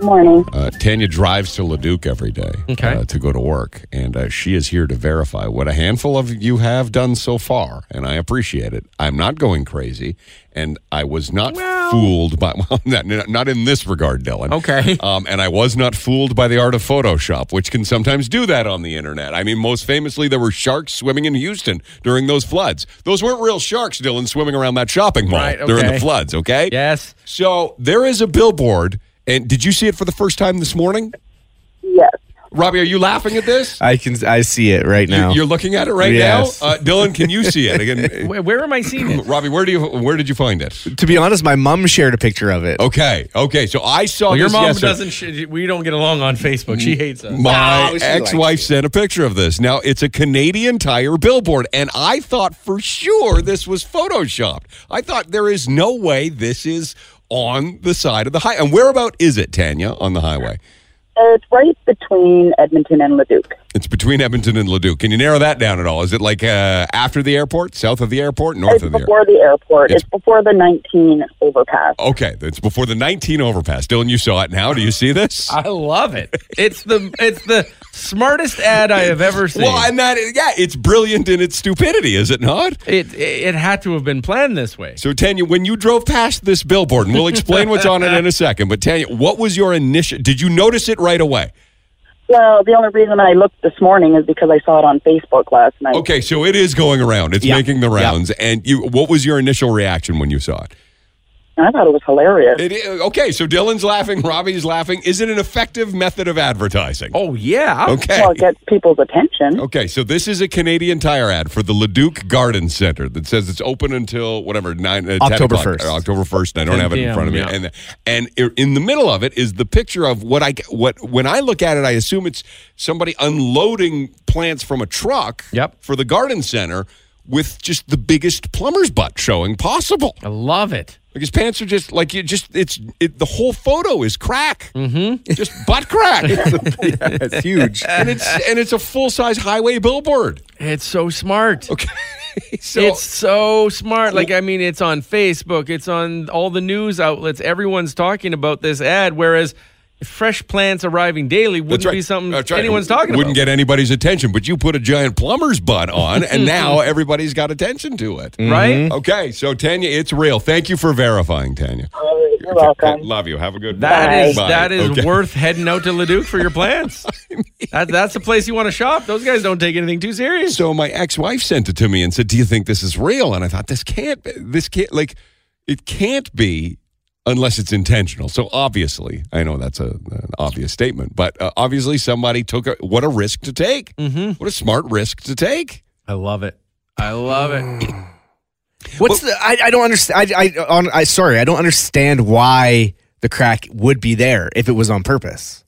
S12: Morning.
S4: Uh, Tanya drives to Leduc every day uh, to go to work, and uh, she is here to verify what a handful of you have done so far, and I appreciate it. I'm not going crazy, and I was not fooled by well, not, not in this regard, Dylan.
S5: Okay.
S4: um, and I was not fooled by the art of Photoshop, which can sometimes do that on the internet. I mean, most famously, there were sharks swimming in Houston during those floods. Those weren't real sharks, Dylan, swimming around that shopping mall
S5: Right,
S4: during the
S5: okay.
S4: floods. Okay.
S5: Yes.
S4: So there is a billboard, and did you see it for the first time this morning?
S12: Yes.
S4: Robbie, are you laughing at
S5: Uh,
S4: this?
S10: I can, I see it right now.
S4: You- You're looking at it right
S10: Yes.
S4: now. Uh, Dylan, can you see it again?
S5: Where, where am I seeing it?
S4: Robbie, where do you where did you find it?
S10: to be honest, my mom shared a picture of
S5: Oh,
S10: it.
S4: Okay, okay. So I saw
S5: Well, your
S4: this
S5: mom
S4: yesterday.
S5: doesn't. She, we don't get along on Facebook. She hates us.
S4: My
S5: No, she likes
S4: ex-wife sent a picture of this. Now it's a Canadian Tire billboard, and I thought for sure this was photoshopped. I thought there is no way this is on the side of the highway. And where about is it, Tanya, on the highway?
S12: It's right between Edmonton and Leduc.
S4: It's between Edmonton and Leduc. Can you narrow that down at all? Is it like uh, after the airport, south of the airport, north
S12: It's
S4: of the airport?
S12: before the airport. It's, before the 19 overpass.
S4: Okay, it's before the 19 overpass. Dylan, you saw it now. Do you see this?
S5: I love it. It's the it's the smartest ad I have ever seen.
S4: Well, and that, yeah, it's brilliant in its stupidity, is it not?
S5: It it had to have been planned this way.
S4: So, Tanya, when you drove past this billboard, and we'll explain what's on it in a second, but Tanya, what was your initial? Did you notice it right away?
S12: Well, the only reason I looked this morning is because I saw it on Facebook last night.
S4: Okay, so it is going around. It's making the rounds. And you, what was your initial reaction when you saw it?
S12: And I thought it was hilarious.
S4: It i- okay, so Dylan's laughing, Robbie's laughing. Is it an effective method of advertising?
S5: Oh yeah.
S4: Okay.
S12: Well, it gets people's
S6: Mm-hmm.
S12: attention.
S4: Okay, so this is a Canadian Tire ad for the Leduc Garden Center that says it's open until whatever nine uh, 10
S10: October
S4: o'clock,
S10: 1st.
S4: or October first. I don't
S5: 10
S4: have it in
S5: PM,
S4: front of me.
S5: yeah.
S4: And and i- in the middle of it is the picture of what I what when I look at it, I assume it's somebody unloading plants from a truck.
S5: Yep.
S4: For the garden center with just the biggest plumber's butt showing possible.
S5: I love it.
S4: Like his pants are just like you just it's it, the whole photo is crack. Mm-hmm. Just butt crack.
S10: It's huge.
S4: and it's and it's a full size highway billboard.
S5: It's so smart.
S4: Okay. So
S5: it's so smart. Like I mean, it's on Facebook. It's on all the news outlets. Everyone's talking about this ad. Whereas fresh plants arriving daily wouldn't be something
S4: That's right.
S5: anyone's
S4: It
S5: talking
S4: Wouldn't
S5: about.
S4: get anybody's attention, but you put a giant plumber's butt on, and now everybody's got attention to it.
S5: Right?
S4: Okay, so Tanya, it's real. Thank you for verifying, Tanya.
S12: You're welcome.
S4: Love you. Have a good
S5: That is
S4: Bye.
S5: that is
S4: Okay.
S5: worth heading out to Leduc for your plans. that, that's the place you want to shop. Those guys don't take anything too serious.
S4: So my ex-wife sent it to me and said, "Do you think this is real?" And I thought, "This can't. Be, this can't. Like, it can't be unless it's intentional." So obviously, I know that's a, an obvious statement, but uh, obviously somebody took a, what a risk to take.
S10: Mm-hmm.
S4: What a smart risk to take.
S5: I love it. I love it.
S10: What's the? I, I don't understand. I I, on, I sorry, I don't understand why the crack would be there if it was on purpose.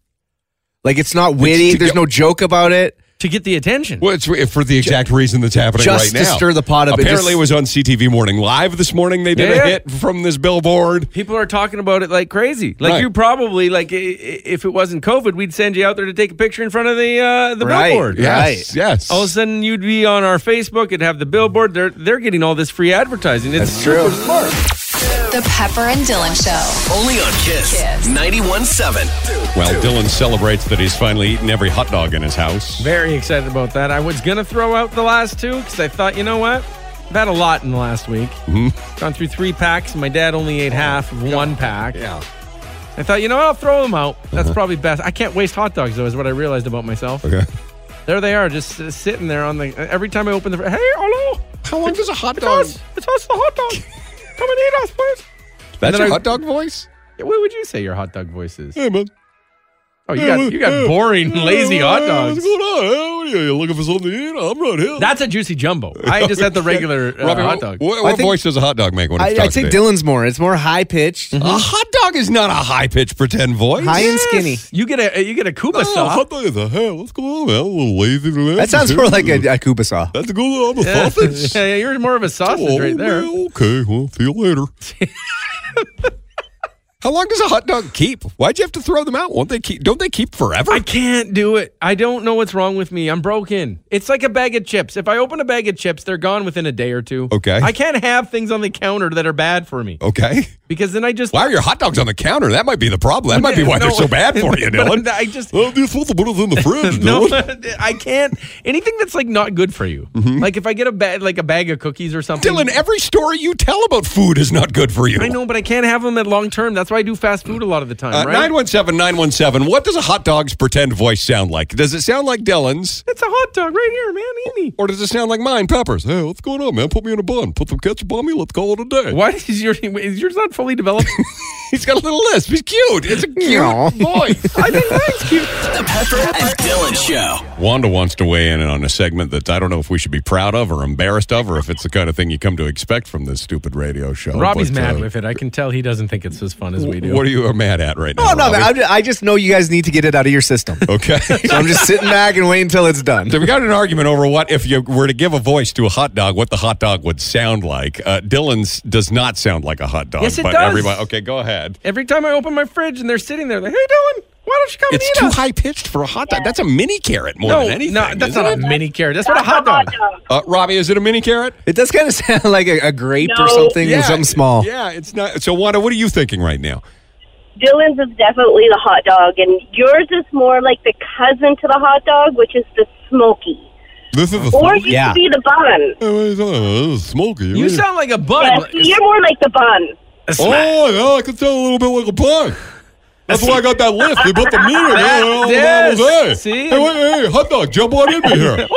S10: Like it's not witty. There's no joke about it.
S5: To get the attention.
S4: Well, it's re- for the exact reason that's happening
S10: just
S4: right now.
S10: to stir the pot up. It
S4: Apparently,
S10: just-
S4: it was on CTV Morning Live this morning. They did
S5: Yeah.
S4: a hit from this billboard.
S5: People are talking about it like crazy. Like
S4: Right.
S5: you probably like i- i- if it wasn't COVID, we'd send you out there to take a picture in front of the uh, the
S4: Right,
S5: billboard.
S4: yes, Right. yes.
S10: Oh,
S5: All of a sudden, you'd be on our Facebook and have the billboard. They're they're getting all this free advertising. It's That's true.
S2: The Pepper and Dylan Show.
S3: Only on Kiss.
S2: Kiss.
S3: 91.7.
S4: Well, Dylan celebrates that he's finally eaten every hot dog in his house.
S5: Very excited about that. I was gonna throw out the last two because I thought, you know what, I've had a lot in the last week. Gone through three packs. and My dad only ate half of one pack.
S4: Yeah.
S5: I thought, you know what, I'll throw them out. That's probably best. I can't waste hot dogs though, is what I realized about myself.
S4: Okay.
S5: There they are, just uh, sitting there on the. Every time I open the, fr- hey, hello.
S4: How long does Oh, a hot
S5: It's us. It's us, the hot dog. Come and eat us, please.
S4: That's
S5: And then
S4: your
S5: I-
S4: hot dog voice.
S5: Yeah, What would you say your hot dog voice is?
S4: Hey, man.
S5: Oh, you got you
S4: Mm,
S5: got boring, lazy hot dogs.
S4: going on? What are you looking for something to eat? I'm right here.
S5: That's a juicy jumbo. I just had the regular uh,
S4: Robbie,
S5: hot dog.
S4: What,
S10: I
S4: what
S10: think-
S4: voice does a hot dog make when it's
S10: I, I
S4: talking
S10: think
S4: to you?
S10: Dylan's more. It's more high pitched,
S4: A hot dog is not a high pitched pretend voice.
S10: high and skinny.
S5: You get a you get a Koopa
S4: Oh,
S5: saw.
S4: hot dog is a hell. What's going on, man? A little lazy. man.
S10: That sounds more like a, a Koopa saw.
S4: That's a good on the
S5: yeah,
S4: sausage.
S5: yeah, you're more of a sausage
S4: Oh,
S5: right there.
S4: man, okay, well, see you later. How long does a hot dog keep? Why'd you have to throw them out? Won't they keep? Don't they keep forever?
S5: I can't do it. I don't know what's wrong with me. I'm broken. It's like a bag of chips. If I open a bag of chips, they're gone within a day or two.
S4: Okay.
S5: I can't have things on the counter that are bad for me
S4: okay.
S5: because then I just
S4: Why are your hot dogs on the counter? That might be the problem. That might be why they're
S5: No.
S4: so bad for you,
S5: But
S4: Dylan.
S5: I just
S4: Well, you're supposed to put it in the fridge,
S5: no,
S4: Dylan.
S5: I can't. Anything that's like not good for you. Like if I get a bag, like a bag of cookies or something.
S4: Mm-hmm. Dylan, every story you tell about food is not good for you.
S5: I know, but I can't have them at long term. That's why I do fast food a lot of the time,
S4: Uh,
S5: right?
S4: 917 917, what does a hot dog's pretend voice sound like? Does it sound like Dylan's?
S5: it's a hot dog right here, man. Eat me.
S4: Or does it sound like mine, Peppers? Hey, what's going on, man? Put me in a bun. Put some ketchup on me. Let's call it a day.
S5: Why is your is yours not fully developed?
S4: He's got a little lisp. He's cute. It's a cute
S10: Aw.
S4: voice.
S5: I think mine's cute.
S4: Oh,
S3: The Pepper and Dylan Show.
S4: Wanda wants to weigh in on a segment that I don't know if we should be proud of or embarrassed of, or if it's the kind of thing you come to expect from this stupid radio show.
S5: Robbie's
S4: But,
S5: mad
S4: uh,
S5: with it. I can tell he doesn't think it's as fun as we do.
S4: What are you uh, mad at right now?
S10: Oh no,
S4: Robbie?
S10: I'm just, I just know you guys need to get it out of your system.
S4: okay.
S10: So I'm just sitting back and waiting until it's done.
S4: So we got an argument over what if you were to give a voice to a hot dog, what the hot dog would sound like. Uh, Dylan's does not sound like a hot dog.
S5: Yes, it
S4: but
S5: does.
S4: Everybody, okay, go ahead.
S5: Every time I open my fridge and they're sitting there, like, hey, Dylan, why don't you come and
S4: It's
S5: eat
S4: too
S5: us?
S4: high pitched for a hot dog. That's a mini carrot more
S5: no,
S4: than anything.
S5: no, that's
S4: isn't
S5: not a
S4: it?
S5: mini carrot. That's what a hot dog.
S4: Uh, Robbie, is it a mini carrot?
S10: It does kind of sound like a, a grape or
S12: No.
S10: something, something small.
S4: Yeah, it's not. So, Wanda, what are you thinking right now?
S12: Dylan's is definitely the hot dog, and yours is more like the cousin to the hot dog, which is the smoky.
S4: This is a
S12: Or you
S10: Yeah.
S12: could be the bun.
S4: smoky.
S5: You sound like a
S12: Yeah,
S5: bun.
S12: see, you're more like the bun.
S4: Oh, yeah, I can sound a little bit like a pie. That's why I got that lift. They put the meter in
S5: That-
S4: all the
S5: yes.
S4: models, hey.
S5: See?
S4: Hey, wait, hey, hot dog, jump on in here. okay.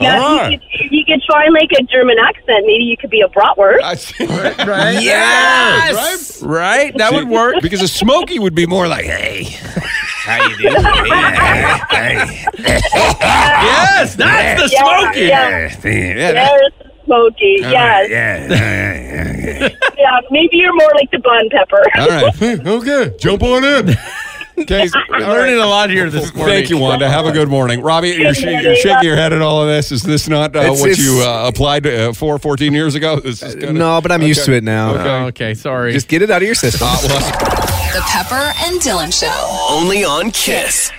S12: Yeah,
S4: All
S12: you,
S4: right.
S12: could, you could try like a German accent. Maybe you could be a bratwurst.
S4: I see. Right?
S5: Yes! Right? That would work.
S4: Because a smoky would be more like, hey.
S9: How you doing?
S5: Yes, that's the
S12: Yeah,
S5: smoky.
S12: yeah. There's the smoky. yes. Yeah, maybe you're more like the bun pepper.
S4: All right. Hey, Okay. Jump on in. Okay.
S5: I'm learning a lot here this morning.
S4: Thank you, Wanda. Have a good morning. Robbie, you're, sh- you're shaking your head at all of this. Is this not uh,
S10: It's-
S4: what
S10: it's-
S4: you uh, applied uh, for 14 years ago? This is kinda-
S10: No, but I'm used to it now.
S5: Oh, okay, sorry.
S10: Just get it out of your system.
S4: Well,
S2: The Pepper and Dylan Show.
S3: Only on Kiss.